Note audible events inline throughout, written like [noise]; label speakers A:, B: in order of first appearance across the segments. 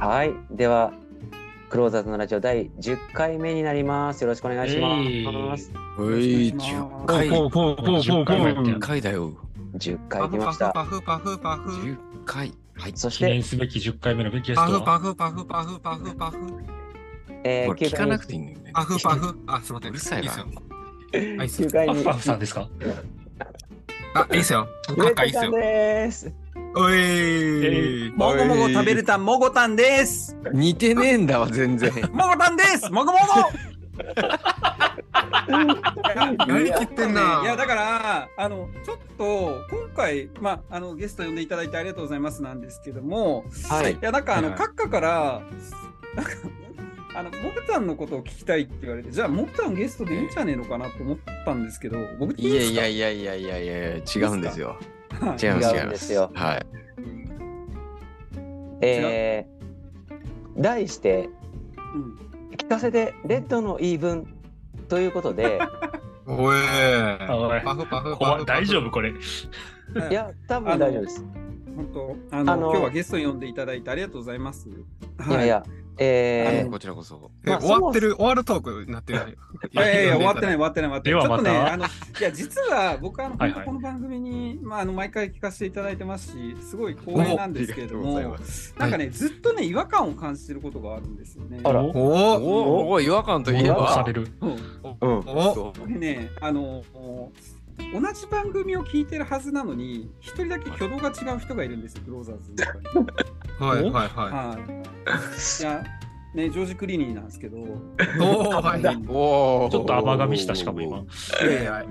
A: はいではクローザーズのラジオ第10回目になりますよろしくお願いします、
B: う
C: い
B: い、
C: 10
B: 10
C: 回
B: 回。
C: 10
B: 10
C: 回もやってる
B: 回だよ。
A: 10回
D: パ
A: 来
D: フ
A: ま
D: パ
A: し
D: フ
A: た
D: パフパフパフ
B: 10回。はい。
A: そし
E: 記
A: て
E: 念、すべき10回目のゲスト
D: パフ
E: は
D: パフパフパフパフパフ
A: え
B: これ聞かなくて
A: い
B: いいんだよね。
D: パフパフあすいません
B: うるさいな
D: っすよ
A: い
D: あいいっすよ
A: 9回に
E: パフパフさんですか
D: あいいっすよか
A: 上
D: っかいい
A: 田
D: っす
A: さん
D: よ
A: です
D: おいー
F: もごもご食べるたんもごたんです。
B: 似てねえんだわ、全然。
F: もごたんです。もごも [laughs]
D: やりきってんな
F: ご。いやだからあのちょっと今回まああのゲスト呼んでいただいてありがとうございますなんですけども、
A: はい
F: いやなんかあの
B: はい
F: 閣下からなんかあのモグタンのことを聞きたいって言われてじゃあモグタンゲストでいいんじゃねえのかなと思ったんですけど僕
B: いやいや
F: い
B: いやいやいやいや、違うんですよ。
F: や
B: 違います、
A: 違
B: 違い
A: うん
B: ま
A: です
B: す。
A: よ
B: はい。
A: えー、題して
F: うん
A: 聞かせてレッドの言い分ということで
D: おえー
E: おい
D: パフパフパ
E: 怖
D: フ
E: い大丈夫これ
A: いや多分大丈夫です
F: 本当あの
A: あの
F: 今日はゲストに呼んでいただいてありがとうございます。
A: いやいやえ
B: え
A: ー
B: こちらこそ。
D: え
A: まあ
D: 終わってる終わるトークになってる
F: いやいや、終わってない、終わってない、終わってない。
E: では
F: ちょっとね、
E: また
F: あの、いや、実は僕は、あの、
E: はいはい
F: 本当この番組に、まあ、あの、毎回聞かせていただいてますし、すごい光栄なんですけれど
B: お
F: も
B: ありがとうございま。
F: なんかね、ずっとね、違和感を感じてることがあるんですよね。
A: あら
E: お
D: お
B: お
D: お
B: お、違和感といえ
E: 物
B: ば
E: さ。れる
F: そう
B: うん。
D: お
B: そう
F: 僕ね、あの、同じ番組を聞いてるはずなのに、一人だけ挙動が違う人がいるんですよ、クローザーズの中に。
D: はいはいは
F: はい。いや、ね、ジョージクリーニーなんですけど。
D: いおおはい
B: おお。
E: ちょっと甘噛みしたしかも今。
F: いやいや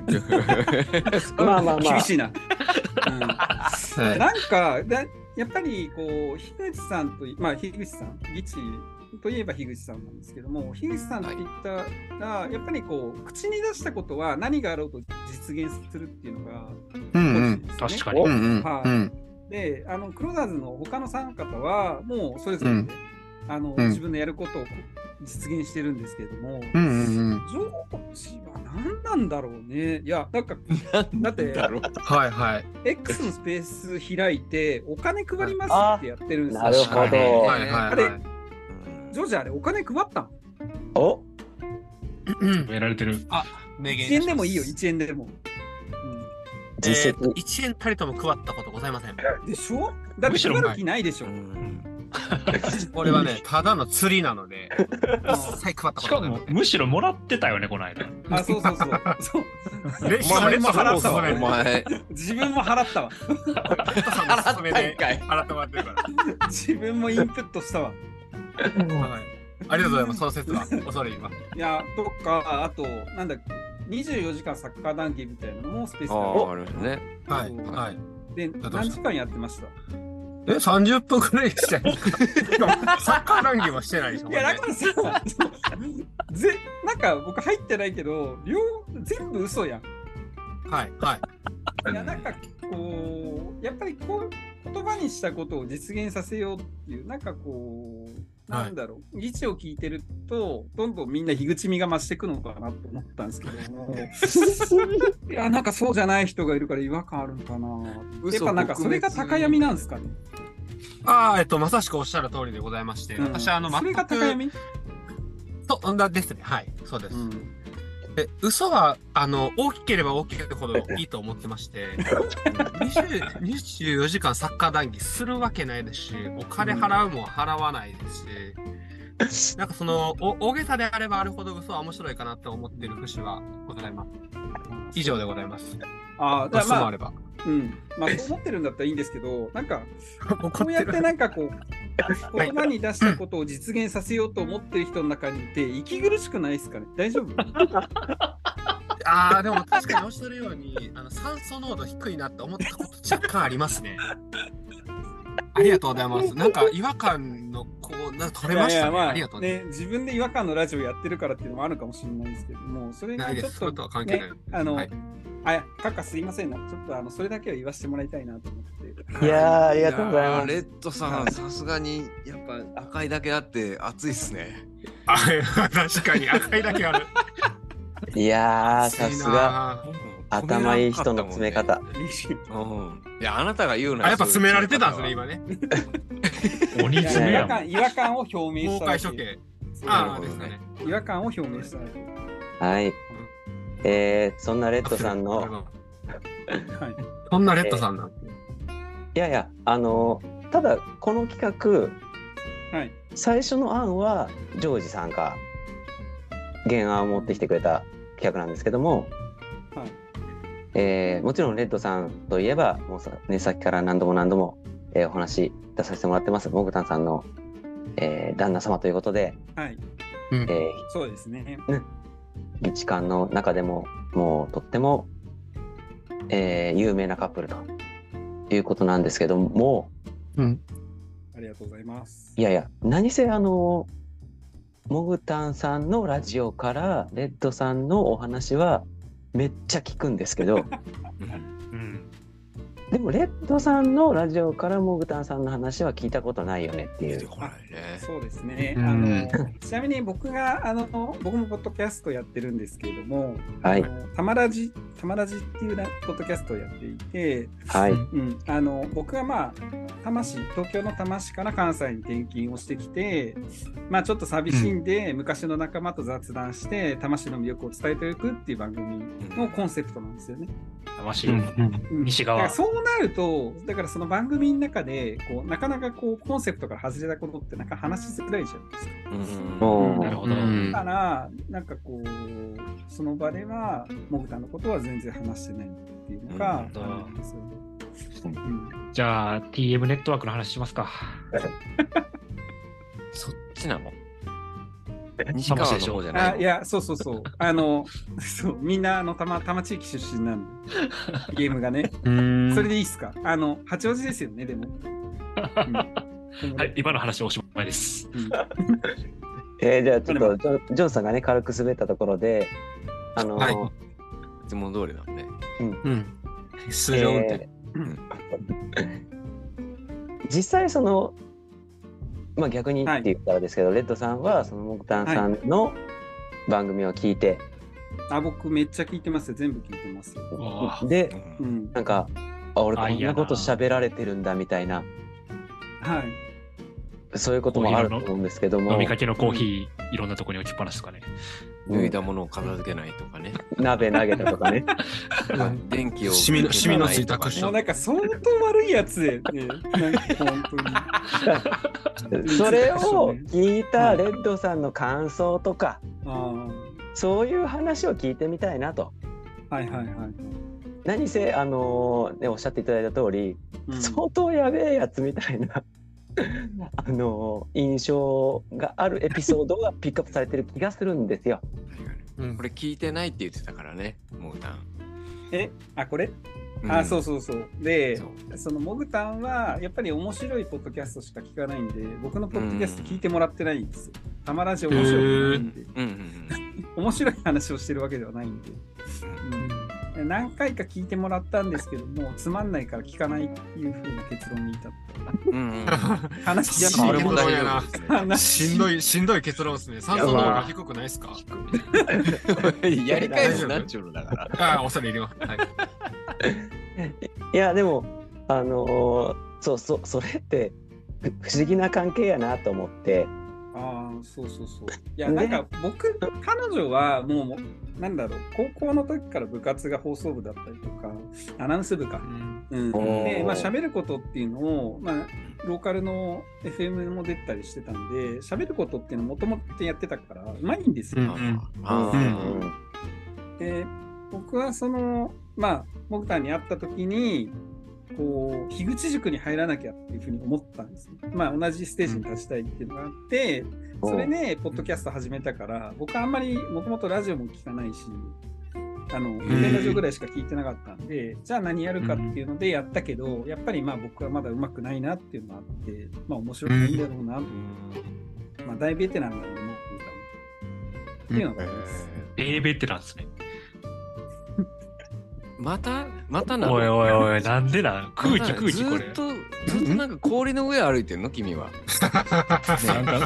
A: まあまあまあ
F: [laughs] 厳しいな。うん
D: はい
F: なんかだやっぱりこう樋口さんといまあ樋口さん議事といえば樋口さんなんですけども樋口さんって言ったら、やっぱりこう口に出したことは何があろうと実現するっていうのが
D: うん
F: 大き
D: う
F: いで
D: ん
F: すよね
E: 確かに
D: うんうん
F: はい
D: うん
F: であのクローザーズの他の3方はもうそれぞれ、
D: うん
F: あの
D: うん
F: 自分のやることを実現してるんですけれども、
D: うんうんうん
F: ジョージは何なんだろうねいやなん
D: [laughs]
F: かだって
B: だろう。
D: はいはい
F: X のスペース開いてお金配りますってやってるんですよ。
A: なるほ
D: はい
A: ど
D: はいは
F: あ
D: い
F: れ
D: は、
F: ジョージあれお金配ったの
A: お
D: い
E: やられてる
G: 明
F: ?1 円でもいいよ、1円でも。
A: 実績
G: 1円たりとも配ったことございません。
F: うんでしょだ
E: む
F: って
E: しろ
F: 配る気ないでしょ。
D: これはねただの釣りなので
F: あ
G: はい、配った
E: し
G: こと
E: か
G: ございま
E: もむしろもらってたよねこの間
F: あ、そうそうそう。そう
D: レ
B: お前
D: レッド払ったぞね
B: お前。
F: 自分も払ったわ。
D: レッドさんの勧めで
B: 払ったん
D: 払ってもらってるから
F: 自分もインプットしたわ。
D: はいありがとうございます、その説は。恐れ入ります。
F: いや、とか、あと、なんだっけ、24時間サッカー談義みたいなのもスペース
B: ああ、ありましたね。
D: はい、
F: そう
D: はい。
F: で、
D: した
F: 何時間やってました
D: え、30分くらいしかない。しかもサッカー談義もしてないでしょ。
F: いや、だ
D: こ
F: からさ、 [laughs] そうぜなんか僕入ってないけど、両全部嘘やん。
D: れねはい、はい。
F: いやなんかこうやっぱりこう言葉にしたことを実現させようっていうなんかこう
D: はい
F: なんだろう、議事を聞いてるとどんどんみんな樋口みが増していくのかなと思ったんですけど
D: [laughs]
F: もいやなんかそうじゃない人がいるから違和感あるのかなやっぱなんかそれが高闇なんですかね、
D: ああ、えっと、まさしくおっしゃる通りでございまして、
F: うん
D: 私、あの、
F: それ
D: 全
F: が
D: く、
F: 高闇、
D: と、だですね。はい、そうです。
F: うん
D: で嘘は、あの、大きければ大きいほどいいと思って
F: [laughs]
D: まして、20 24時間サッカー談義するわけないですし、お金払うも払わないですし、なんかそのお大げさであればあるほど嘘は面白いかなと思っている節はございます。以上でございます。
F: ああだ
D: 嘘
F: から
D: も
F: ま
D: あ
F: あ
D: れば。
F: うんまあそう思ってるんだったらいいんですけどなんかこ
D: 怒
F: うやってなん
D: [laughs]
F: かこう、言葉に出したことを実現させようと思ってる人の中にいて、息苦しくないですかね大
D: [laughs]
F: 丈夫
D: ああ、でも確かにおっしゃるように、あの酸素濃度低いなって思ったこと若干ありますね。ありがとうございます。なんか違和感のこう、なんか取れましたね。あ、りがとうね。
F: ね、自分で違和感のラジオやってるからっていうのもあるかもしれないですけども、それ
D: な
F: が
D: いで
F: ちょ
D: す。それ
F: っ
D: と
F: と、
D: は関係ない。
F: ねあの、
D: はい
F: あ、カッカすいませんな、ちょっとあのそれだけは言わせてもらいたいなと思って。
A: いやーありがとうござい
B: や
A: ま
B: ー
A: す
B: レッドさん、さすがに、やっぱ赤いだけあって熱いっすね。
D: あ [laughs] 確かに赤いだけある。
A: いやーさすが
D: が。
A: 頭いい人の詰め方
B: うん。いや、あなたが言うな
D: あ、やっぱ詰められてたんです
B: そ
D: ね、
B: れ
D: 今ね。
E: 鬼
F: いや
E: 詰め
F: 違
E: や
F: 和
E: ん。
F: 感違和感を表明し
D: 公
F: ただ
D: 開
F: け
D: 処刑。
B: な
D: あ
B: る
D: あ、
B: ほ
D: で
B: ど
D: すか
B: ね
D: ね。
F: 違和感を表明しただけ
A: はい。えー、そんなレッドさんの、
F: はい
D: そんなレッドさんなんて。
A: いやいや、あのーただ、この企画、
F: はい
A: 最初の案は、ジョージさんが原案を持ってきてくれた企画なんですけども、
F: はい
A: えーもちろんレッドさんといえば、もうさ,、ね、さっきから何度も何度も、えーお話出させてもらってます、モグタンさんの、えー旦那様ということで、
F: はい
A: えー
F: そうですね
A: 議事館の中でももうとっても、えー有名なカップルということなんですけども
F: ありがとうございます
A: いやいや何せあのモグタンさんのラジオからレッドさんのお話はめっちゃ聞くんですけど
E: うん。
A: でもレッドさんのラジオからモグタンさんの話は聞いたことないよねってい
B: 出
A: う
B: て。こないね。
F: そうですね、
E: うん
F: あのちなみに僕があの僕もポッドキャストやってるんですけれども、
A: はい
F: あのたまらじたまらじっていうなポッドキャストをやっていて、
A: はい、
F: うん、あの僕はまあ多摩市東京の多摩市から関西に転勤をしてきて、まあ、ちょっと寂しいんで、昔の仲間と雑談して多摩市の魅力を伝えていくっていう番組のコンセプトなんですよね。
E: 魂。
F: うん
E: 西側
F: だからそうなるとだからその番組の中でこうなかなかこうコンセプトから外れたことってなんか話しづらいじゃないです
B: う
F: か。
B: ん
A: も
E: なる
A: う
E: ほど。
G: うん
F: だからなんかこうその場ではモグタのことは全然話してないっていうのが
E: うん
F: あるんですよね。うん
E: じゃあ、TM ネットワークの話しますか。
B: そっちなの西川の方じゃな
F: あい
B: い
F: やそうそうそうあの [laughs] そうみんなあの多摩多摩地域出身なんでゲームがね
G: うん
F: それでいいっすかあの八王子ですよねでも。うん
E: はい、今の話おしまいです。
F: うん
A: えーじゃあちょっとジョジョンさんがね軽く滑ったところであの、
D: はい
B: の質問通りだもんね。
G: うん。
D: 通常運転。
A: 実際そのまあ逆にって言ったらですけど、レッドさんはそのモクタンさんの番組を聞いて、
F: あ僕めっちゃ聞いてますよ全部聞いてますよ。
E: おー
A: で
B: う
F: うんん
A: なんかあ俺こ
E: あい
A: ん
E: や
A: な
E: な
A: こと喋られてるんだみたいな
F: はい
A: そういうこともあると思うんですけども
E: 飲みかけのコーヒー、いろんなとこに置きっぱなしとかね。
B: 脱いだものを片付けないとかね。
A: 鍋投げたとかね
B: 電気を。
D: シミのシミのついたクッショ
F: も
D: ン
F: うなんか相当悪いやつで、ね、なんか本当
A: [laughs]
F: に。
A: それを聞いたレッドさんの感想とか
F: あ
A: そういう話を聞いてみたいなと
F: あ、はいはいはい。
A: 何せあのねおっしゃっていただいた通り
F: うん
A: 相当やべえやつみたいなあの印象があるエピソードがピックアップされてる気がするんですよ。
G: うん
B: これ聞いてないって言ってたからね、モータン。
F: え、あ、これ、あ、そうそうそう。で、
B: そ
F: そうのモグタンは、やっぱり面白いポッドキャストしか聞かないんで、僕のポッドキャスト聞いてもらってないんですよ。たまらじ面白いんで、
B: うんうんうん。
F: 面白い話をしてるわけではないんで。うん何回か聞いてもらったんですけども、つまんないから聞かないっていうふうな結論に至っ
B: うん
D: [laughs]
B: うんうん
F: た。話
B: いや
F: し
B: あれも大丈夫ですね
D: しんどい、しんどい結論ですね。酸素の方が低くないですか
B: やり返すなっちゅうのだから。
D: ああ、恐れ入ります。はい
A: いやでもあのーそうそうそれってふ不思議な関係やなと思って
F: ああ、そうそうそう。いや、
A: ね
F: なんか僕、彼女はもうもう、なんだろう、高校の時から部活が放送部だったりとか、アナウンス部か。うん、
A: おー
F: で、まあ、喋ることっていうのを、まあ、ローカルの FM も出たりしてたんで、喋ることっていうのもともとやってたから、うまいんですよ。
G: うん
B: あ
A: うん
B: ー
F: で、僕はその、まあ、モグタンに会った時に、こう、樋口塾に入らなきゃっていうふうに思ったんですよ。まあ、同じステージに立ちたいっていうのがあって、それで、ポッドキャスト始めたから、僕はあんまりもともとラジオも聞かないし、あの、夢ラジオぐらいしか聞いてなかったんで、じゃあ何やるかっていうのでやったけど、やっぱりまあ僕はまだ上手くないなっていうのがあって、まあ面白くないんだろうな、まあ大ベテランなんで、もう、っていうのがあります。
E: 英米ってなんですね。
B: またまたなの
E: おいおいおい、なんでなん空気空気こ
B: ず
E: れ
B: っ。とずっとなんか氷の上歩いてんの君は。
E: なんか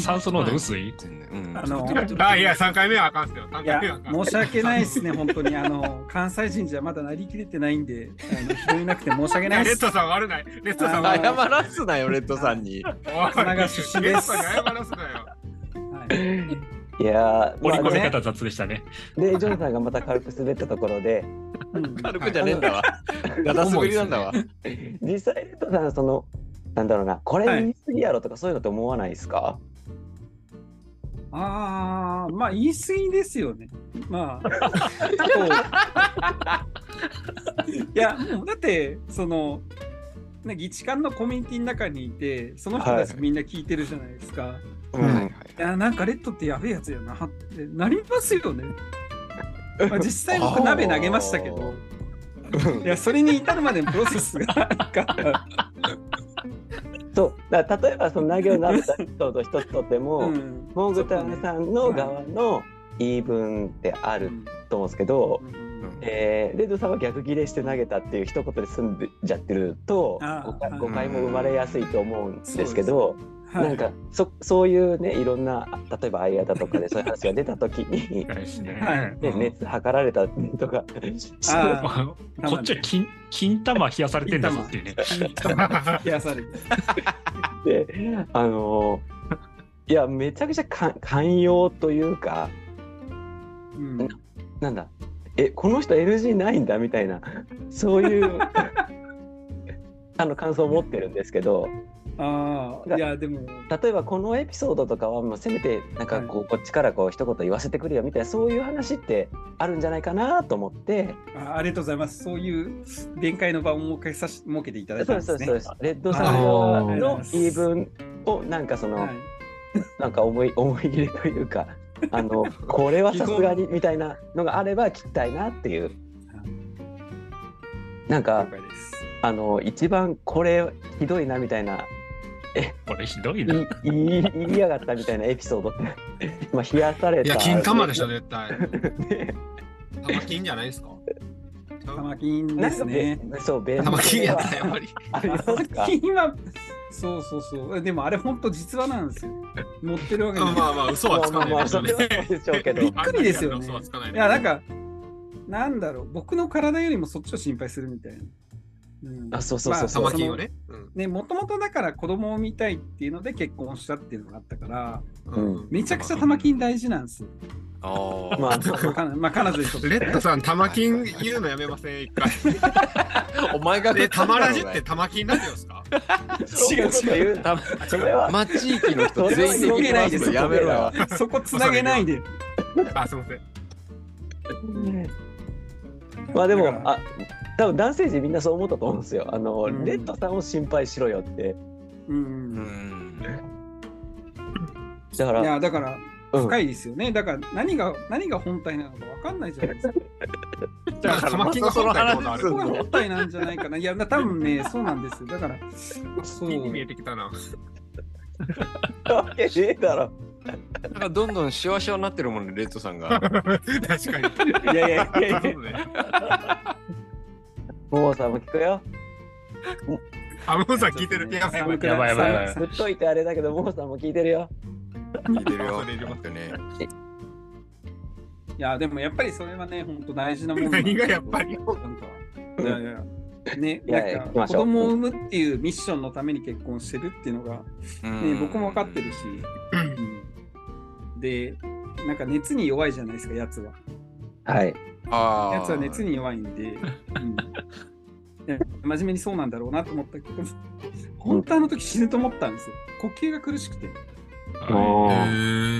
E: 酸素濃度薄い
B: 全然うん
F: あの
D: [laughs] あ、いや、3回目はあかんっすよ。3
F: いや
D: 回目はあかん。
F: 申し訳ないですね、本当に。あの、関西人じゃまだなりきれてないんで、あの拾えなくて申し訳ない
D: や
F: で
D: レッ
F: す。
D: ドさん悪ない。レッドさん
F: あ
D: 悪
F: ー
D: な
B: 謝
D: い。
B: らすなよ、レッドさんに。
F: 神奈川出身です
D: レッドさんに謝らすなよ。
F: はい
A: いやー、
E: 折り込み
A: ね、
E: 方雑でしたね。
A: で、ジョンさんがまた軽く滑ったところで、
F: うん
B: 軽くじゃねえんだわ。ガタ滑りなんだわ。
A: 実際、レッドさん、その、なんだろうな、これ言い過ぎやろとか、そういうのって思わないですか、
F: ああ、まあ言い過ぎですよね。まあ、こう [laughs] いや、もうだって、その、ね、議事官のコミュニティの中にいて、その人たちみんな聞いてるじゃないですか。い、
A: う
B: はいは
A: ん
B: い
F: や、なんかレッドってやべえやつやなってなりますよね。まあ、実際
B: あー
F: 僕鍋投げましたけど、いや、それに至るまでのプロセスが、なんか
A: そう、だから例えば、その投げを投げた人と一つとっても、
F: うん
A: モングタンさんの側の言い分ってあ
F: う
A: る
F: ん
A: と思うんですけど、
F: うん
A: えーレッドさんは逆ギレして投げたっていう一言で済んじゃってると
F: あ
A: 誤
F: ー
A: 解
F: はい
A: 誤解も生まれやすいと思うんですけど、
F: はい
A: なんかそそういうねいろんな例えば相方とかでそういう話が出た時
F: [laughs]
A: に、
E: いですね。
F: はい
A: ね、熱測られたと
F: [laughs]
A: か
F: あ
E: こっちは金金玉冷やされてんだぞっていうね。
D: [laughs]
F: ー冷やされて。
A: であのーいやめちゃくちゃか寛容というか
F: うん
A: なんだえこの人 NG ないんだみたいな [laughs] そういうあの感想を持ってるんですけど。
F: ああ、いや、でも、
A: 例えばこのエピソードとかはもうせめてなんかこうこっちからこう一言言わせてくれよみたいなそういう話ってあるんじゃないかなと思って
F: あありがとうございます。そういう弁解の場をもう一回さし設けていただいた
A: そ
F: ん
A: うそう
F: ですね。
A: そうですレッドさん
E: あー
A: の言い分をなんかその
F: はい
A: なんか思い [laughs] 思い入れというかあのこれはさすがにみたいなのがあれば聞きたいなっていうなん
F: 了
A: か
F: 解です。
A: あの一番これひどいなみたいな
E: これひどい
A: い
E: な。
A: 言い言いやがったみたいなエピソード [laughs] ってまあ冷やされ
D: い
A: た
D: や、金玉でしょ、絶対。玉金じゃないですか。
F: 玉金
A: な
F: で
A: ん
F: す
A: か
F: ね。
A: べそう弁
D: 玉金やった、やっぱり。
A: [laughs] ありますか
F: 玉金は、そうそうそう。でもあれ本当実話なんですよ。乗ってるわけじゃない。
D: まあまあ、嘘はつかないですよね
A: まあまあまあそれはそうでしょうけど
D: [laughs]
F: びっくりですよね
D: 嘘はつかない
F: いや、なん、か、なんだろう、僕の体よりもそっちを心配するみたいな。うん
A: あそうそうそうそう
D: 玉金を。ね。うん
F: まあね、もともとだから子供を見たいっていうので結婚したっていうのがあったから、
A: うん
F: めちゃくちゃ玉金大事なん
A: [laughs]
F: ですよ。
B: ああ。
A: まあ
F: かなまあ、彼女にとって。
D: レッドさん、玉金言うのやめません、一
F: [laughs]
D: 回。
B: お前が
D: え、玉ラジって玉金ラジオですか
A: 違う違う。たそれは、
B: マ地域の人全員で
F: 広
B: 行
F: げ
B: き
F: な
B: ま
F: いですそこ
B: よやめろよ。
F: そこつなげないで。
D: あ、すみません。
A: まあでも
F: だ、から
A: あ、多分男性陣みんなそう思ったと思うんですよ。あの、
F: うん
A: レッドさんを心配しろよって。
F: うん
B: うん。
A: だか
F: い
A: ら、
F: やだから
A: うん
F: 深いですよね。だから何が何が本体なのかわかんないじゃないですか。
D: だから玉金が本体ってことあ
B: そ
D: る
F: そ
B: の
F: こが本体なんじゃないかな。いやな多分ねそうなんですよ。だからそう。
D: 金に見えてきたな。
A: わけねえだろ。
B: なんかどんどんシワシワになってるもんね、レッドさんが。
D: 確かに。
F: いやいやいやいや。
D: そうね
A: もうさんも聞くよ。
D: あ、もうさん聞いてる。やばいやばい。
E: やばいやばいやば
A: ぶ
E: い
A: っといてあれだけど、もうさんも聞いてるよ。
B: 聞いてるよ。
D: それいります
B: 本当ね。
F: いやでもやっぱりそれはね本当大事なもの。
D: 何がやっぱり
F: なんかいやいや。ね、
A: いやいや
F: な
A: 行
F: ん
A: きま
F: か子
A: しょう
F: 供を産むっていうミッションのために結婚してるっていうのが、ね、僕も分かってるし、うんでなんか熱に弱いじゃないですかやつは。
A: はい。
B: ああ。
F: やつは熱に弱いんで、うんいや真面目にそうなんだろうなと思ったけど、本当あの時死ぬと思ったんですよ。呼吸が苦しくて、
A: もう、
D: へ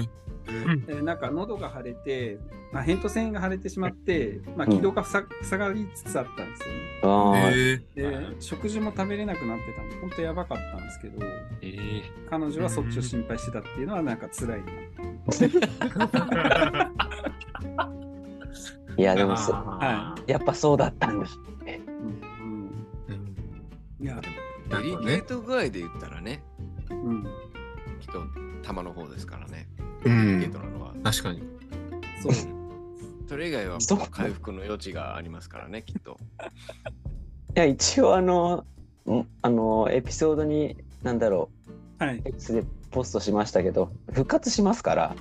D: ー
F: えーなんか喉が腫れて、まあ、扁桃腺が腫れてしまって、まあ、気道が塞塞がりつつあったんですよね。
A: あ
D: へー
F: で、食事も食べれなくなってたんで、本当やばかったんですけど、
E: えー
F: 彼女はそっちを心配してたっていうのは、なんか辛いな。
A: ーいや、でもそ、
F: は
A: やっぱそうだったんだ。
F: うんうんいや、
B: デリケート具合で言ったらね、
F: うん、
B: きっと玉の方ですからね。
D: う
B: デリケート
D: ん。
B: なのは。
D: 確かに。
F: そう。
B: それ以外は
A: そう
B: 回復の余地がありますからね、きっと。
A: いや、一応、あの、んあの、エピソードに、なんだろう。
F: [laughs] はい。
A: X でポストしましたけど復活しますから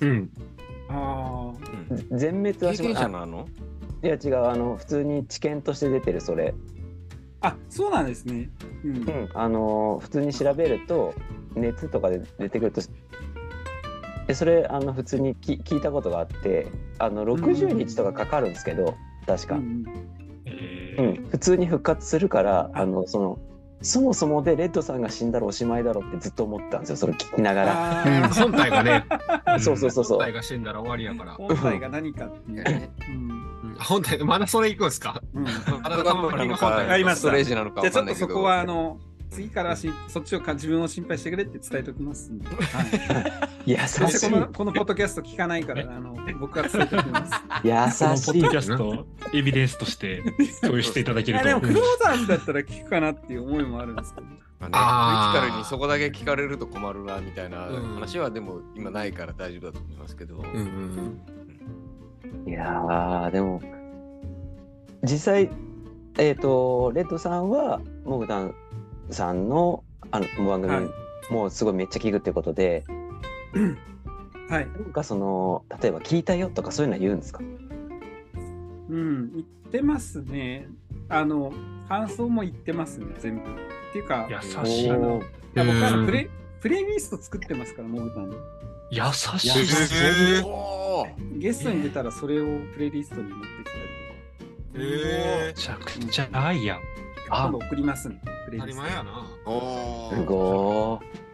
E: うん。
B: う
F: ああ。
B: ん
A: 全滅は
B: 経
A: しま
B: 験
A: す
B: 者
A: あ
B: なの
A: いや違うあの普通に知見として出てるそれ、
F: あ、そうなんですね。うん
A: う。ん、あの普通に調べると熱とかで出てくるとでそれあの普通にき聞いたことがあってあの60日とかかかるんですけど確か
F: う、ん
E: え
A: う
E: ー
A: ん、普通に復活するからあのそのそもそもでレッドさんが死んだらおしまいだろうってずっと思ってたんですよそれ聞きながら。
F: あ
D: うん
F: ー
D: 本体がね、
A: [laughs] そうそうそうそう
D: 本体が死んだら終わりやから。
F: 本体が何かっていうね。うん
D: うん本体、まだそれ行くんですか
F: うんじ
D: まだ
B: カムラのか
F: やりました
B: ストレージなのか
F: ゃあ
B: わ
F: ち
B: か
F: ょ
B: ん
F: っ
B: ない
F: と
B: けど
F: そこはあの次からしそっちをか自分を心配してくれって伝えておきますんで。はい。
A: 優
F: そし
A: してい
F: このこのポッドキャスト聞かないからあの僕は伝えておきます。
E: この
A: 優
E: ポ
A: し
E: ッ
A: い
E: ドキャストをエビデンスとして共有していただ
F: い
E: ける
F: や
E: と。
F: でもクローザーズだったら聞くかなっていう思いもあるんですけど。
B: まあね
D: あー
B: クリティカルにそこだけ聞かれると困るなみたいな
D: うん
B: 話はでも今ないから大丈夫だと思いますけど、
D: うんうん
A: いやーでも実際えっ、とレッドさんはモグタンさんのあの番組、
F: はい
A: もうすごいめっちゃ聞くってことで
F: は
A: な
F: い。
A: んかその例えば「聞いたよ」とかそういうのは言うんですか
F: うん、言ってますね。あの、感想も言ってますね、全部。っていうか、
E: 優しい
F: あ
E: な。
F: のいや僕はあ
D: う
F: の
D: ん
F: プレイプレイリスト作ってますから、モブタン
E: 優し
A: 優
E: い。
A: し
D: えー
B: おー
F: に。ゲストに出たらそれをプレイリストに持ってきたり
D: うん。え
E: めちゃくちゃ愛やん。
F: とか、
E: あ
F: 今度送りますね、プレ
D: ー、
F: イリ
D: 当たり
F: スト。
D: 前やな。
B: お
A: す
B: ー
A: ごー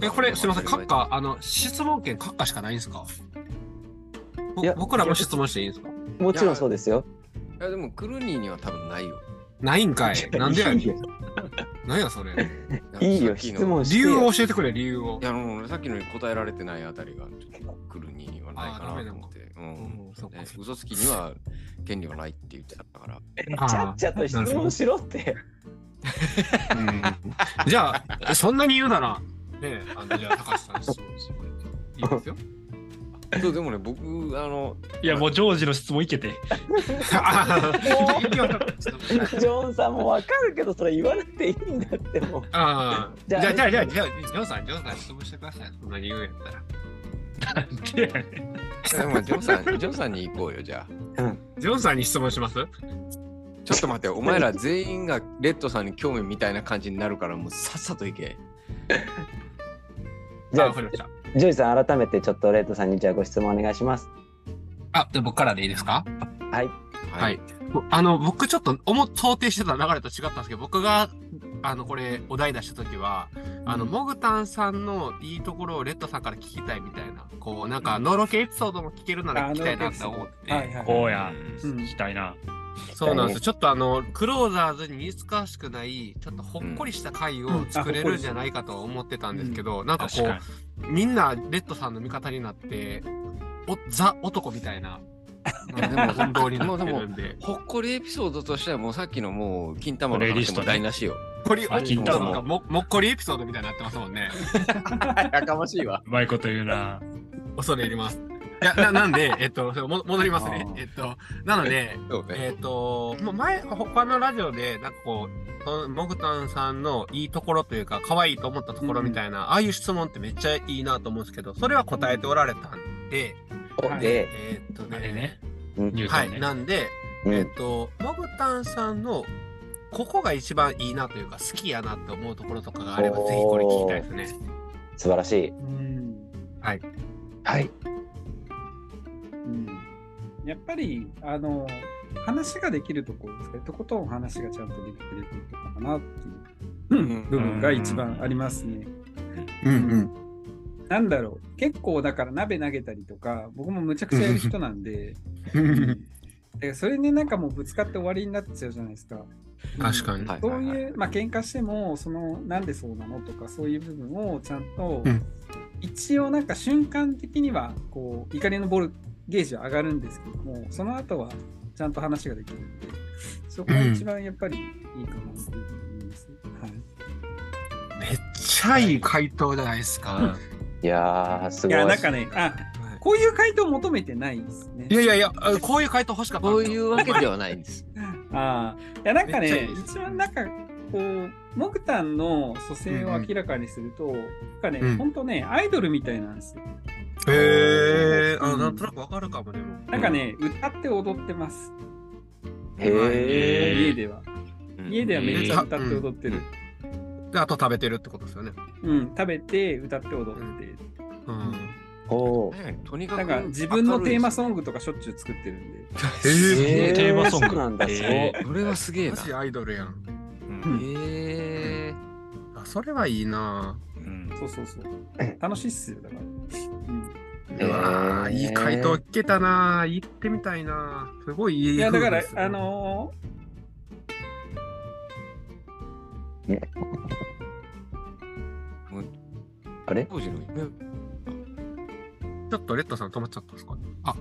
D: え、これ、すみません、閣下、あの、質問権閣下しかないんですかぼ
A: いや
D: 僕らも質問していいんですか
A: もちろんそうですよ。
B: いやでもクルーニーには多分ないよ
D: ないんかい。なんでやね
A: いいよ
D: ん。なんやそれ。
A: いい
B: さ
A: よ
B: っきの
A: 質問して
D: 理由
A: よ
D: を教えてくれ、理由を
B: い。やもう俺さっきのに答えられてないあたりがちょっとクルーニーにはないかなと思ってうん
D: うんそっか
B: ね嘘つきには権利はないって言ってたから
D: あー
A: ちゃっちゃと質問しろって。
D: じゃあ、そんなに言うなら、ねえ、あの、じゃあ、高橋さん質問してくれて。いいです [laughs] よ。
B: そうでもね僕あの
E: いやもうジョージの質問いけて。
D: あー息を吐く
A: ジョンさんもわかるけどそれ言わなくていいんだってもう。
D: あー
A: じ
D: じ
A: ゃ
D: ゃ
A: あ
D: あ、じゃあ、じゃあ、じゃあ、ジョーさん、ジョーさん質問してください。そんなに言うんやったら。
E: [laughs]
B: でもジョン [laughs] さんジョンさんに行こうよじゃあ
D: ジョーさんに質問します
B: ちょっと待ってお前ら全員がレッドさんに興味みたいな感じになるからもうさっさと行け
A: [laughs] じゃ
D: あ、わ
A: あ
D: かりました。
A: ジョージさん改めてちょっとレッドさんにじゃあご質問お願いします。
D: あ、で僕からでいいですか
A: はい。
D: はい。あの、僕ちょっと思っ、想定してた流れと違ったんですけど、僕が、あの、これ、お題出した時は、あの、モグタンさんのいいところをレッドさんから聞きたいみたいな、こう、なんか、のろけエピソードも聞けるなら聞きたいなって思って、
F: はいはいはい
E: こうや。
F: うん
E: 聞きたいな。
D: そうなんですよ。ちょっとあの、クローザーズに似つかわしくない、ちょっとほっこりした回を作れるんじゃないかと思ってたんですけど、なんかこ
E: 確かに
D: う、。みんなレッドさんの味方になって、おザ男みたいな、
B: やでも
D: 本当になってるんで。
B: ほっこりエピソードとしてはもうさっきのもう金玉の話も台無しよ。
D: こり、
E: あ金
D: なん
E: 玉
D: かももっこりエピソードみたいになってますもんね。
B: やかましいわ。
E: うまいこと言うな。
D: 恐れ入ります。いやななんで、 [laughs] えっと、も戻りますね
F: あ。ー
D: えっと、なので、
B: そうね。
D: えっと、もう前、他のラジオで、なんかこうその、モグタンさんのいいところというか、可愛いと思ったところみたいな、ああいう質問ってめっちゃいいなと思うんですけど、それは答えておられたんで、
F: はい
A: で、
D: えっと
E: あれ
D: ね
E: ね、。
A: うん
E: ニュー
D: は
E: トン
D: い、
E: ね。
D: なんで、
A: うん
D: えっと、モグタンさんの、ここが一番いいなというか、好きやなって思うところとかがあれば、
A: おー
D: ぜひこれ聞きたいですね。
A: 素晴らしい。
F: うん
A: はい。
F: うんやっぱり、あの、話ができるところですね。とことん話がちゃんとできてるところかなっていううん部分が一番ありますね。
D: うんうん。
F: なんだろう。結構だから鍋投げたりとか、僕もむちゃくちゃやる人なんで、でそれになんかもうぶつかって終わりになっちゃうじゃないですか。
D: 確かに
F: うん
B: はい
F: そう
B: はい
F: いう、まあ喧嘩しても、そのなんでそうなのとか、そういう部分をちゃんと、
D: うん
F: 一応なんか瞬間的には、こう、怒りのボルゲージは上がるんですけども、その後はちゃんと話ができるんで、そこが一番やっぱりいいかなっていうふうに思います。はい
D: めっちゃいい回答じゃないですか。
E: うん
A: いやー、す
F: い
A: ごい。
F: や、なんかね、あ、こういう回答求めてないですね。
D: いやいやいや、あこういう回答欲しかったん
B: そ
D: で
B: う
D: す
B: い
D: よ
B: うわけではないんです。
F: ああ。いや、なんか
D: めっちゃ
F: ね
D: いいで、す
F: 一番なんか、こう、木炭の蘇生を明らかにすると、なんかね、
D: うん
F: ほんとね、アイドルみたいなんですよ。
D: へえ、
F: う
D: あ、
F: ん
D: なんとなくわかるかもね。でも
F: なんかね、歌って踊ってます。
B: え
A: へ
F: 家では。家ではめっちゃ歌って踊ってる。
D: で、あと食べてるってことですよね。
F: うん、食べて、歌って踊って。
D: うん。
A: ーおー
B: え。とにか
F: なん
B: く
F: か自分のテーマソン
B: グ。
F: グとかしょっちゅう作ってるんで。
D: へ
E: えーテーマソング
A: そうなんだ、そう
E: え
B: それはすげえ
D: マ
B: な。
D: ジアイドルやん。
B: うんへえ。
D: あ、それはいいな
B: うん
F: そうそうそう。楽しいっすよ、だから。うん
D: うわ
A: へ
D: ー
A: ー
D: いい回答聞けたな行ってみたいなすごいいい。
F: いや、だから、あ、の
A: あれ
B: 当時の夢
D: ちょっとレッドさん止まっちゃったんですか
F: ー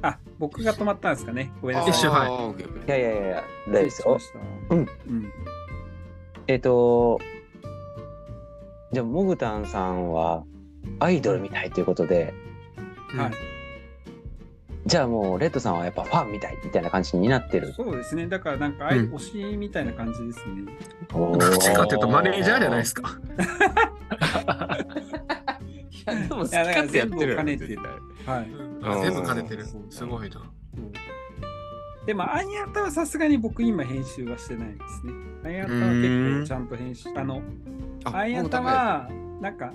F: あ、僕が止まったんですかね。ごめんな
D: 一
F: さ
D: 緒
F: い。
D: はい
B: あーオッケーオッ
A: い
B: ケ
A: やいやいや、大丈夫ですよ。
F: 失礼し
A: う
F: ま
A: ん
F: した。うん。
A: えっ、と、じゃあ、モグタンさんはアイドルみたいということで、
F: はい。
A: じゃあもう、レッドさんはやっぱファンみたいみたいな感じになってる。
F: そうですね。だから、なんか、あい
D: うん
F: 推しみたいな感じですね。
A: ど
D: どっちかっていうとマネージャーじゃないですか。
B: ーいやでも好き勝手やってるよね。
F: いやだから全部兼ねて
B: 絶対
F: はい。
B: うん
D: 全部兼ねてる
F: そう。
D: すごいな。
F: うんでも、アニアタはさすがに僕今編集はしてないですね。アニアタは結構ちゃんと編集、あの、
B: あ
F: アイアンタは、なんか、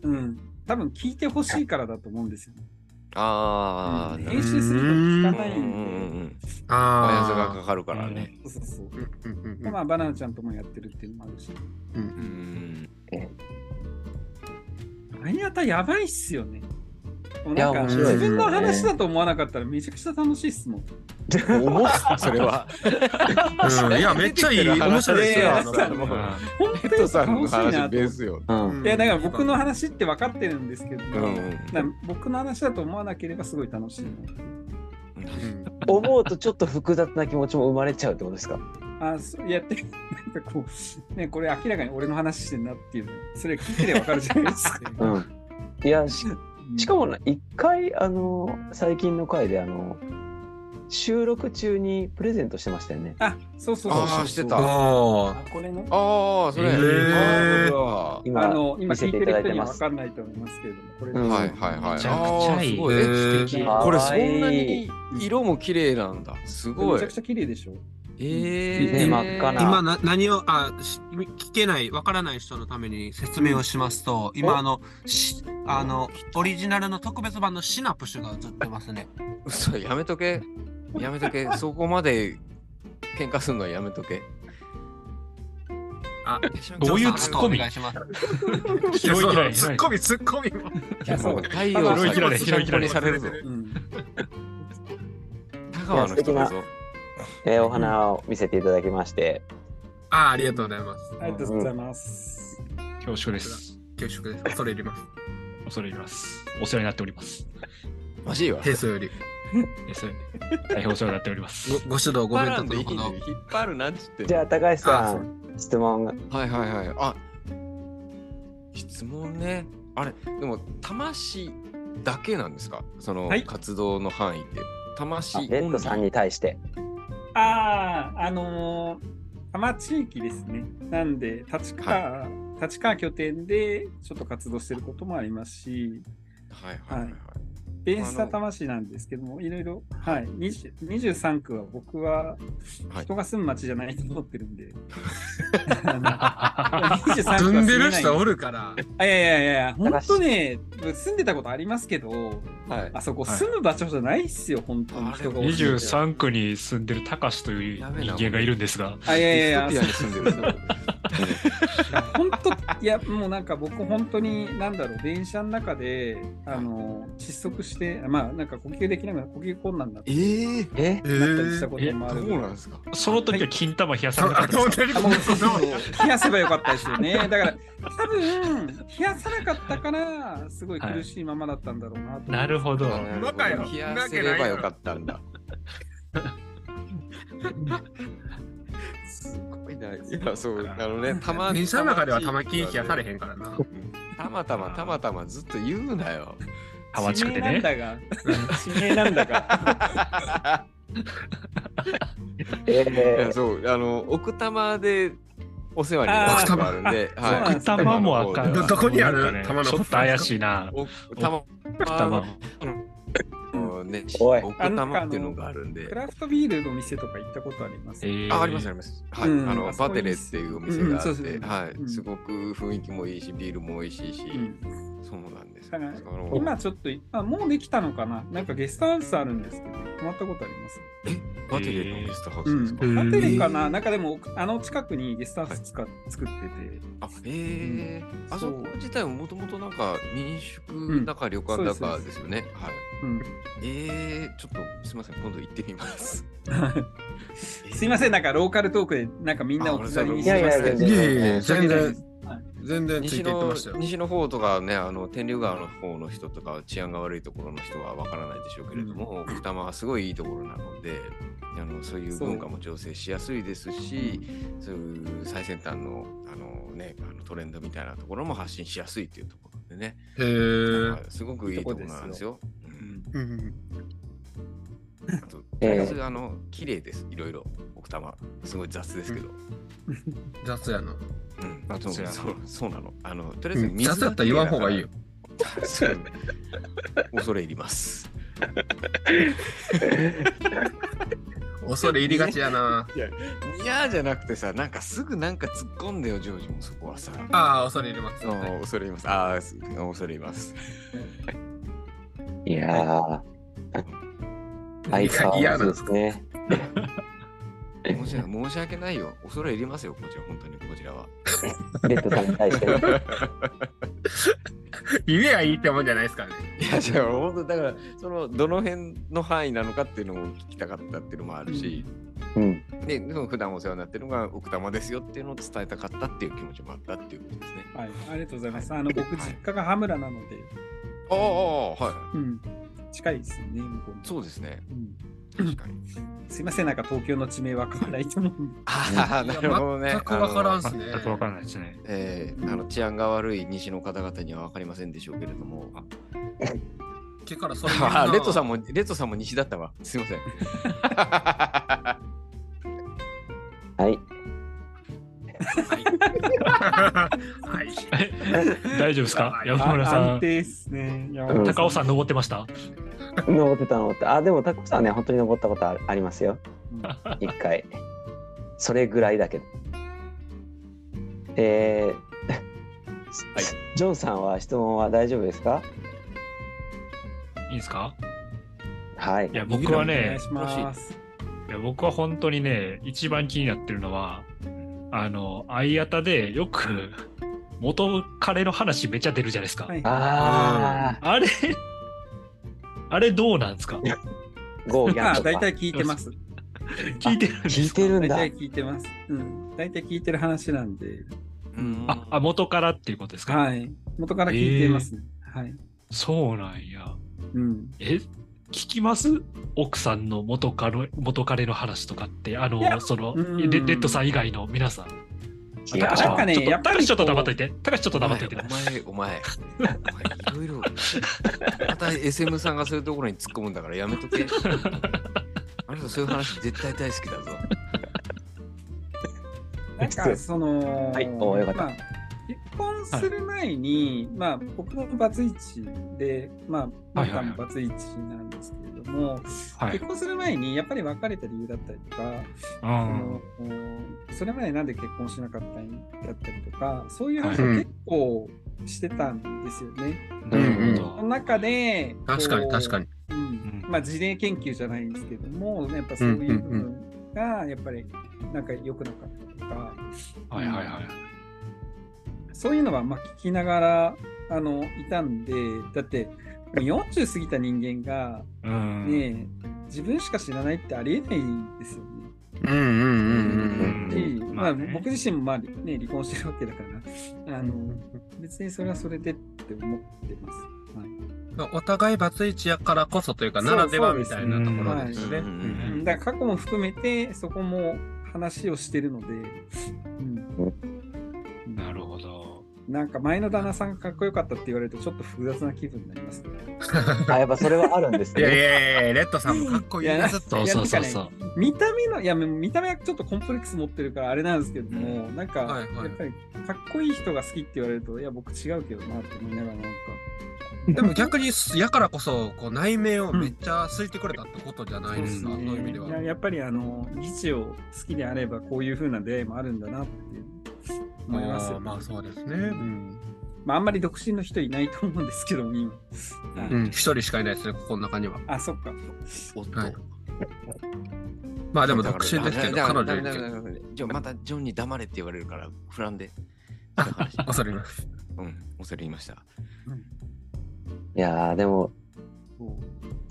F: うん、多分聞いてほしいからだと思うんですよ、ね。
B: ああ、なる
F: 編集すると聞かない
B: ほどうんうんん
F: で。
B: うん。バイアスが
D: あ
B: かかるからね。
F: そうそうそう。
D: ーうんうんうん
F: まあ、バナナちゃんともやってるっていうのもあるし。
B: うん。
F: アイアンタやばいっすよね。もう
A: いや
F: なんか
A: 面
F: 自
A: 白い
F: 分の話だと思わなかったらめちゃくちゃ楽しいっすもん。
B: 重っ [laughs] それは。
D: うんいや、めっちゃいい。面白いですよ。
F: いや
D: あ
F: い
D: の
F: や
B: さもう
F: 本
B: ペ
F: 当
B: ット
F: に
B: さんの
F: 楽しいな
B: 話
F: と
B: ベースよ。
A: うん
D: うん
F: いやだから僕の話って分かってるんですけど、
B: うん。
F: なんか僕の話だと思わなければすごい楽しいな。
D: うん
A: 思うとちょっと複雑な気持ちも生まれちゃうってことですか
F: あそうやって、 [laughs] なんかこう、ね、これ明らかに俺の話してんなっていうの、それ聞いてれば分かるじゃないですか。
A: [laughs] うん。いや、ししかもな一回、あの、最近の回で、あの、収録中にプレゼントしてましたよね。
F: あ、そうそうそう
B: あ
F: そ
B: あ、
F: う。
B: して
D: あ
B: た。あ
D: ー
F: あ、これね。
B: あ、それ。
E: へー
B: あーは
A: 今、
F: あの、今
A: 見せ
F: 聞い
A: て
F: て
A: いただい
F: る人
A: て
F: には
A: ま
F: 分
A: す。
F: かんないと思いますけれども、これ、
A: うん
B: いはいはい。
E: めちゃくちゃいい
B: あーすごえ素敵
F: へー
B: これそ
A: かわいい
B: んなに色も綺麗なんだ。すご
F: め
B: い
F: ちゃく。ちゃ綺麗でしょ。
B: え
A: ね
B: え。
A: 真っ赤な
D: 今な何をあし聞けないわからない人のために説明をしますと、今あのしあのオリジナルの特別版のシナプシュが映ってますね。
B: 嘘やめとけ。やめ
A: [laughs]
B: とけ。そこまで喧嘩するのはやめとけ。
D: あ
E: どういうツッコミ
D: お願いします。
E: 拾いきられへん
D: ツッコミツッコミも。
B: いやもう太
F: た
B: 陽
F: だ
B: さ
E: 拾い
B: ん
E: きられ拾いきられ
B: にされるぞ。
F: うん。
B: 田川の人だぞ。
A: えーお花を見せていただきまして、
D: あありがとうございます。
F: ありがとうございます。
E: 恐縮です。
D: 給食です。恐れ入ります。
E: 恐れ入ります。お世話になっております。
B: マジいわ。
D: 平素より
E: えそれ大変お世話になっております。
D: ごご指導ご
B: 引っ張
D: 鞭
B: ら
D: 撻
B: んでい
D: の
B: い
D: ほ
B: の
D: ど
B: よ。引っ張るなんつってんの。
A: じゃあ、高橋さ
D: あそ
A: ん、質問が。
B: はいはいはい。あ質問ね。あれ、でも、魂だけなんですかその
F: はい
B: 活動の範囲って。魂
A: あ
B: オンリ
A: レッドさんに
B: ー。
A: 対して。
F: ああ、あのー、多摩地域ですね。なんで、立川、立川拠点でちょっと活動してることもありますし、
B: はいはいはいはい。
F: ベースは多摩市なんですけども、いろいろ、はい、20 23区は僕は
B: はい
F: 人が住む町じゃないと思ってるんで。あの23区は
D: 住んでる
F: ない
D: 人おるから。
F: あいやいやいやいや、本当ね、住んでたことありますけど、
B: はい
F: あそこ
E: はい
F: 住む場所じゃないっすよ、本当に人が多いから
E: 23区に住んでるタカシという
B: やべえ
E: 人
B: な
E: 間がいるんですが、
F: あ、いやいやい
B: ディ
F: や
B: ストピアに住んでる人。
F: 本当いやもうなんか僕本当になんだろう電車の中であの窒息してまあなんか呼吸できなくな呼吸困難になっ
B: え
F: て
B: ー、
A: え
F: なったりしたこともあ
B: ど
F: る
B: うなんですか
E: その時は金玉冷やされなかったです
D: [laughs]
E: か
F: あもうそうそう冷やせばよかったで
E: [laughs]
F: すよねだから多分冷やさなかったからすごい苦しいままだったんだろうなと、
E: なるほど。
D: 馬鹿よ
B: 冷やせればよかったんだ。すごいな。いや、そう、あのね、たま
D: 電車の中では玉木行きはされへんからな。
B: たまたまたまたまずっと言うなよ。
E: ハマ地区で
F: 地名な
E: ね。
F: んだ
E: [laughs]
F: が地名なんだが
A: え
B: いや
A: ー
B: そうあの奥多摩でお世話になることがあるんで、
F: あー
B: は
E: 奥
B: い
E: 多摩もあかん。
D: どどこにある
E: なんかね
D: 玉の
E: ちょっと怪しいな。
B: 奥多
E: 奥多摩
B: 摩。。うんね、
A: おい
B: 奥多摩っていうのがあるん
F: ク
B: で。
F: ラフトビールの店とか行ったことあります。
E: えー
B: あ、ありますあります。はい、
F: うん
B: あの
F: あそこ
B: バテレっていうお店があ
F: う
B: っ
F: んそう
B: て、
F: そう
B: は
F: う
B: い、
F: ん
B: すごく雰囲気もいいし、ビールも美味しいし、
F: うん
B: そうなんです。
F: は
B: あ
F: い
B: の
F: 今ちょっとあ、もうできたのかななんかゲストハウスあるんですけど、泊まったことあります。
B: バテレのゲストハウスですか。
E: うん
F: ホテルかななんかでも、あの近くにゲストハウスつか作ってて、
B: あ、ええ
F: うん
B: あそこ自体ももともとなんか民宿だか旅館だかですよね。はい。
F: うん
B: ええちょっとすみません、今度行ってみます。
F: すいません、なんかローカルトークで、なんかみんなを置き去りにして
A: あ
F: ま
A: 俺
F: し
A: そ
F: た
A: れ
F: けど
A: いやいや
D: いやいや全然全然つい
B: 西
D: ていって
B: の
D: ましたよ。
B: 西の方とかね、あの天竜川の方の人とか治安が悪いところの人はわからないでしょうけれども、奥多摩はすごいいいところなので、あのそういう文化も醸成しやすいですし、そういう最先端のあのね、あのトレンドみたいなところも発信しやすいっていうところでね、
D: へー
B: はいすごくいいところなんですよ。うん
D: うん
B: あと、とりあ
A: え
B: え
A: え
B: ずあの綺麗です。いろいろ奥多摩すごい雑ですけど。
D: 雑やな。
B: うん、あと
E: そうや
B: そうそうなの。あのとりあえ
D: う
B: ず
D: ん
B: 水
D: 雑だったら言わん方がいいよ。
B: そう恐れ入ります。
D: 恐れ入りがちやな。
B: いやーじゃなくてさ、なんかすぐなんか突っ込んでよ、ジョージもそこはさ。
D: ああ、恐れ入ります。
B: あー恐れ入ります。ああ、す恐れ入ります。
A: いやー、相変わらずですね。
B: 申し訳申し訳ないよ。恐れ入りますよ、こちら、本当にこちらは。
A: レッドさんに対して。
D: 言えばいいってもんじゃないですからね。
B: いや、じゃあ、本当だから、その、どの辺の範囲なのかっていうのも聞きたかったっていうのもあるし、
A: うん。
B: で、その普段お世話になってるのが奥多摩ですよっていうのを伝えたかったっていう気持ちもあったっていうことですね。
F: はい、ありがとうございます。あの、僕、実家が羽村なので、
B: ああ、は
F: うん、近いですよね、向こうに
B: い。そうですね。
F: うん
B: 確かに。
F: すいません、なんか東京の地名は変わらないと思うんで。
B: ああ、なるほどね。
D: 全くわからんすね。
E: 全くわからないですね。
B: えーあの治安が悪い西の方々には分かりませんでしょうけれども、あ
D: けからそれ言うな
B: あレッドさんも、レッドさんも西だったわ。すいません。
A: はい。
D: [laughs] はい。
E: 大丈夫ですか
D: はい
E: 山村さ
F: 安
E: ん。
F: 定ですね。いや
A: うん
E: 高尾山登ってました
A: 登ってた登ってたあでもタコさんはね本当に登ったことあるありますよ一回それぐらいだけどえージョンさんは質問は大丈夫ですか
E: いいですか
A: はい
E: いや、僕は
F: お願
E: ね
F: い、します。
E: いや僕は本当にね、一番気になってるのは、あの、相方でよく元彼の話めっちゃ出るじゃないですか。
F: はい
A: あ
E: あれ、あれどうなんですか
A: ーゴーギャン
F: まあ、
A: とか
F: 大体聞いてます。
E: 聞いてるんで
A: 聞い
E: すか
A: てるん
F: 大
A: だ
F: 体聞いてます。うん。大体聞いてる話なんで、
B: うん
E: ああ、元からっていうことですか、
F: はい。元から聞いてますね。はい。
E: そうなんや。
F: うん。
E: え聞きます奥さんの元カレ元彼の話とかって、あ
F: いや
E: の、その
F: うん
E: レ、レッドさん以外の皆さん。
A: い
E: 高
A: や
E: 橋
F: なんか
E: は
F: ね
E: ちょっ
F: や
E: と
F: っぱ
E: 高橋
F: り
E: ちょっと黙っといて。高橋ちょっと
B: お
E: 黙っ
B: 前
E: といてな。、
B: お前、お前、お前いろいろ、また SM さんがそういうところに突っ込むんだからやめとけ。あなたそういう話絶対大好きだぞ。
F: なんか、その、
A: はいおよかった
F: まあ結婚する前に、まあ、僕もバツイチで、まあ、
E: はいは
F: 僕
E: いはい
F: もバツイチなんですけれども、
E: はい [laughs]
F: 結。婚する前にやっぱり別れた理由だったりとか、
E: う
F: そ
E: ん
F: のそれまでなんで結婚しなかったんだったりとか、そういう話を
D: はい
F: 結構してたんですよね。
E: なるほ
F: そ
E: ど。
F: の中で、
D: 確かに確か
F: に。
D: に。
F: うん
E: うん
F: まあ、事例研究じゃないんですけども、やっぱそういう部
D: うんうん
F: 分が、やっぱりなんか良くなかったとか、
E: はいはいはい。
F: そういうのはまあ聞きながら、あの、いたんで、だって、40過ぎた人間が、
E: うん。
F: ね、自分しか知らないってありえないですよね。
D: うんうん
E: うん
F: し
E: うん
F: まあ
E: まあね
F: 僕自身もまあ、ね、離婚してるわけだから、あの別にそれはそれでって思ってます。
D: お互いバツイチやからこそというか、
F: そう
D: ならではみたいなところで
B: そ
D: すね。
B: うですね
D: うん
E: うん
F: だから過去も含めてそこも話をしてるので、うん
E: なるほど。
F: なんか前の旦那さんがかっこよかったって言われるとちょっと複雑な気分になりますね。
A: あ、やっぱそれはあるんです
D: いやい
A: ね。
D: やいや、レッドさんもかっこいい
F: いや
D: な
F: な
D: ずっ
E: そ
D: と。
E: うそうそうそ。
F: いう見た目の、いや、見た目はちょっとコンプレックス持ってるからあれなんですけども、なんか、
D: はいはい
F: やっぱりかっこいい人が好きって言われると、いや、僕違うけどなって思いながらなんか、
D: でも逆に、やからこそ、こう内面をめっちゃ空いてくれたってことじゃないですか、
E: う
D: そういう意味で
F: [laughs]
D: は。
F: いややっぱりあの、議事を好きであればこういう風な出会いもあるんだなって思います
D: あ
F: よ
D: ーまあそうです
F: う
D: ね。
F: ん。まああんまり独身の人いないと思うんですけども、今。はい
D: うん、一人しかいないですね、ここの中には。
F: あ、そっか。
B: おっと
D: はいまあでも独身ですけど、
B: だか
D: 彼
B: ら
D: 女いる
B: だ
D: け
B: から
D: ど。
B: だからじゃあまたジョンに黙れって言われるから、フランで。
D: 恐れ入ります。
B: うん、恐れ入りました。
A: いやーでも
F: こ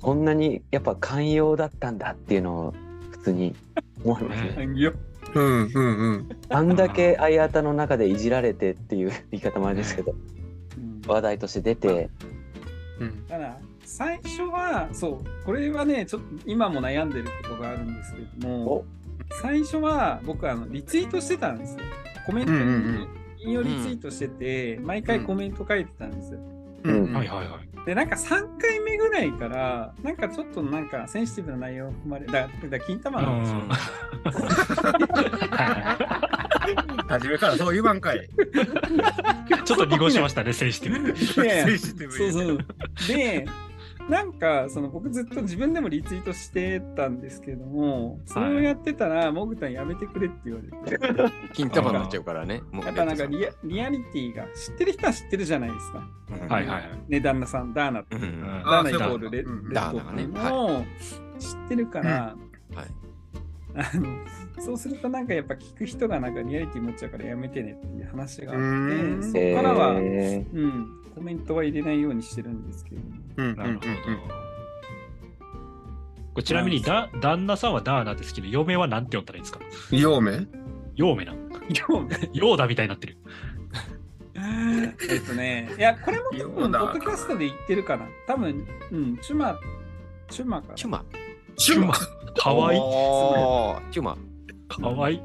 A: こんなにやっぱ寛容だったんだっていうのを普通に思います
F: う
A: ね。
F: 産業
D: うんうんうん。
A: あんだけ相方の中でいじられてっていう言い方もあれですけど、
F: うん
A: 話題として出て、
D: うん、
F: ただ最初はそうこれはねちょっと今も悩んでることがあるんですけども
A: お
F: 最初は僕あのリツイートしてたんですよコメント
D: うんうんう
F: に
D: ん
F: 引用リツイートしてて、毎回コメント書いてたんですよ、
A: うん
D: うん
E: はいはいはい。
F: でなんか3回目ぐらいからなんかちょっとなんかセンシティブな内容が含まれだだ金玉な
E: [laughs]
F: ん [laughs] ですよ、
E: うんは
D: 初めからそう言わんかい。
E: いちょっと濁しましたね、センシティブ。
F: いやいや
D: センシティブ
F: そう
D: に
F: そう。で、なんか、その僕ずっと自分でもリツイートしてたんですけども、それをやってたら、モグタンやめてくれって言われて、
B: 金玉になっちゃうからね。もう
F: やっぱなんかリアリアリティが、知ってる人は知ってるじゃないですか。
B: うん
E: [laughs] はいはいはい。
F: ね、旦那さん、ダーナ、
B: うんうん
F: ダー
D: あー
F: ナイ
D: そう
F: コールレレ
D: うん
F: ッドっていう
B: ダーナ
F: のを知ってるから、
B: はい
F: あのそうするとなんかやっぱ聞く人がなんかリアリティ持っちゃうからやめてねっていう話があっ
D: うーん
F: て、そこからは、
A: えー
F: うん、コメントは入れないようにしてるんですけども。
D: うんうん
E: な
D: う
E: る
D: ん
E: ほど。これちなみにだ旦那さんはダーナですけど、嫁はなんて呼んだらいいんですか
D: うん。陽明
E: 嫁なん。
F: 今
D: [laughs]
F: 日
E: ヨーダみたいになってる。
F: えっとね、いや、これも多
D: よう
F: 分、ポ
D: だ
F: ッドキャストで言ってるかな。多分、うん、チュマ、チュマかな。
B: チュマ。
D: チュマ
E: かわいい。
B: おーチュマ。
E: かわいい。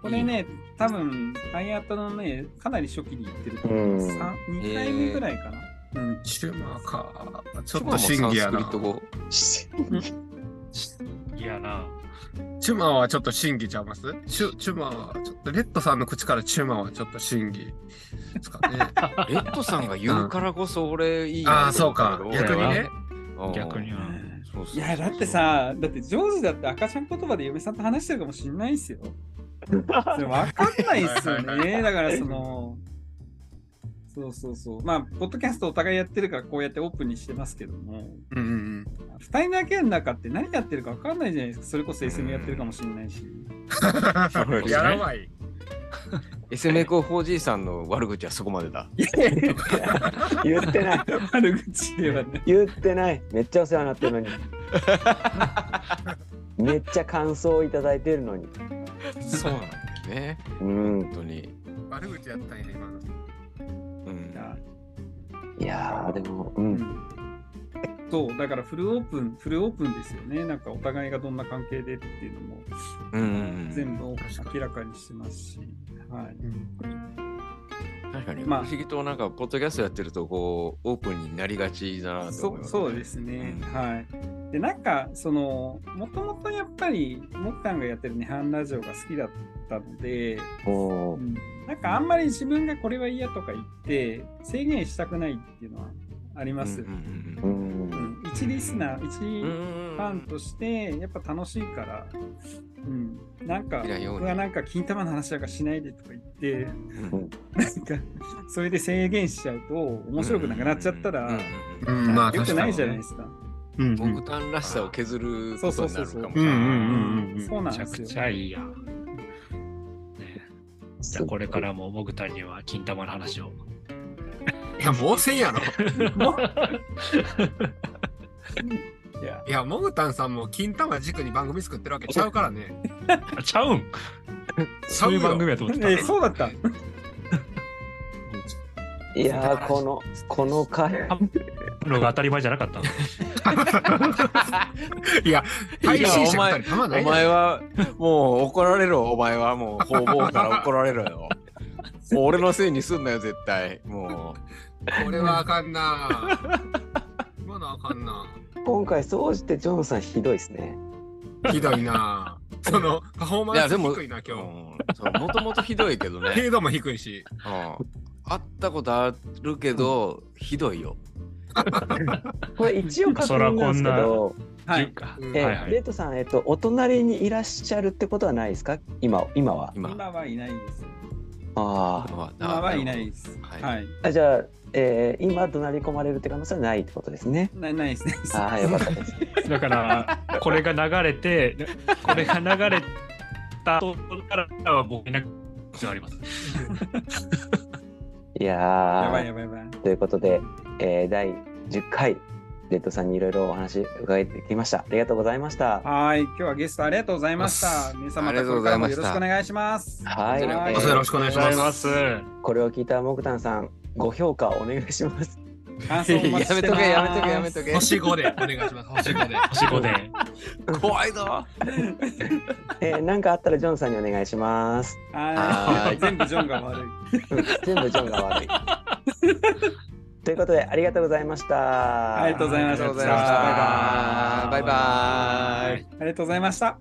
F: これね、多分、ハイアットのね、かなり初期に言ってると思う。
A: うん
F: 2回目ぐらいかな。うん、
D: チュマか。ちょっと審議
B: チ
D: や
B: ュマもサンスクリ
D: な
B: ッ。ト [laughs] 語
E: いやな。
D: チュマはちょっと審議ちゃいますチュチュマはちょっとレッドさんの口からチュマはちょっと審議ですかね。
B: レッドさんが言うからこそ俺いい
D: あーそうか
E: 逆にね。
B: うん
E: 逆に。な。
B: そうそうそう
F: いや、だって、さ、だって、ジョージだって赤ちゃん言葉で嫁さんと話してるかもしんないっすよ。それわかんないっすよ
D: はいはい
F: ね。だから、その、そうそうそう。まあ、ポッドキャストお互いやってるから、こうやってオープンにしてますけども。
D: うんうん
F: 二人だけの中って何やってるか分かんないじゃないですか。それこそ SM やってるかもしれないし。
E: そうです
D: うん。
E: ね
D: やらない。
B: SM エコ 4G さんの悪口はそこまでだ。
A: 言ってない
F: 悪口ではね。
A: 言ってないめっちゃお世話になってるの
E: [laughs]
A: にめっちゃ感想をいただいてるのに
B: そうなんだよね。
A: うん
B: 本当に。
D: 悪口やったんや、今の。
B: うん
A: いやーでもうん
F: そう、だからフルオープン、フルオープンですよね。なんかお互いがどんな関係でっていうのも
B: うんうんうん。
F: 全部明らかにしてますし。はい。
B: 確かに、
F: まあ
B: 不思議となんか、ポッドキャストやってると、こう、オープンになりがちだなと
F: そ
B: 思います、
F: そうですね、
B: うん
F: はい。で、なんか、その、もともとやっぱり、モッタンがやってるネハンラジオが好きだったので、
A: も
F: なんかあんまり自分がこれは嫌とか言って制限したくないっていうのはあります。
B: うんうん
A: ううん
F: うん一リスナー、
B: うんう
F: 一フ
B: ん
F: ァンとしてやっぱ楽しいから、うん、なんか
B: いやように
F: 僕がなんか金玉の話なんかしないでとか言って、
B: うん
F: なんかそれで制限しちゃうと面白くなくなっちゃった
B: うんうん
F: ら
B: うん
D: うん、まあ
F: 良
D: 確
F: く
D: か
F: な
D: に。
F: いじゃないですか。
D: うん
B: うんモグタンらしさを削ることになるかもしれない。
D: うんうんうんうん。
F: そう
E: め
F: なん
E: ち
F: で
E: ゃく
F: す
E: ち
F: よ。
E: ゃいいやん。ねじゃあこれからもモグタンには金玉の話を。
D: いや、もうせんやろ。
F: いや
D: いや、モグタンさんも金玉軸に番組作ってるわけちゃうからね。
E: あちゃうんそういう番組やと思
F: [laughs]
E: ってた。
F: えそうだった。
A: いやーこのこの回
E: のが当たり前じゃなかった。
D: [laughs] いや、配信者2人たま
B: お
D: ないやん [laughs]
B: 前はもう怒られろ、お前はもう方々から怒られろよ。もう俺のせいにすんなよ、絶対。も
D: これはあかんな今のあかんな
A: 今回そうしてジョンさんひどいですね
D: ひどいなそのパフォー
B: う。
D: マンス低いな
B: う
D: 今日
B: んそうもともとひどいけどね。
D: [laughs] 程度も低いし
B: うん会ったことあるけど、ひどいよ。
A: これ一応確認なんですけ
E: そら
A: ど
F: はい。
E: か
A: え
E: はいはい
A: レッドさん、えっと、お隣にいらっしゃるってことはないですか今今は
B: 今。
F: 今はいないです。
A: あ
B: 今は
F: 今はいないです。
B: はい
F: はい。
A: ーあじゃあ、えー今怒鳴り込まれるって可能性はないってことですね
F: ないないですね。
A: ああよかった [laughs] です
E: だから、これが流れて、これが流れた後からは僕いなくなります。
A: いや
F: やばい
A: ー
F: やばいやばい。
A: ということで、えー第10回レッドさんにいろいろお話伺ってきましたありがとうございました
F: はい。今日はゲストありがとうございました。皆様またこれからもよろしくお願いします。
A: はい、
B: こちらこ
A: え
B: そ
A: ー
D: よろしくお願いし
E: あ
D: ま
E: りがとうございますす。
A: これを聞いたモクタンさんご評価お願いします [laughs]
F: 感
B: [laughs] や
F: 想お
B: め
F: 待ち
B: と
F: してま
B: け、
F: す
B: やめとけ、やめとけ。
D: 星5でお願いします星5で
E: 星5で。
B: 怖いぞ。
A: えーなんかあったらジョンさんにお願いします
B: は
F: はいい。全部ジョンが悪い。
A: うん全部ジョンが悪い [laughs] ということでありがとうございました
F: ありがとうございました
B: ありがとうございました。バイバーイ。
F: ありがとうございました。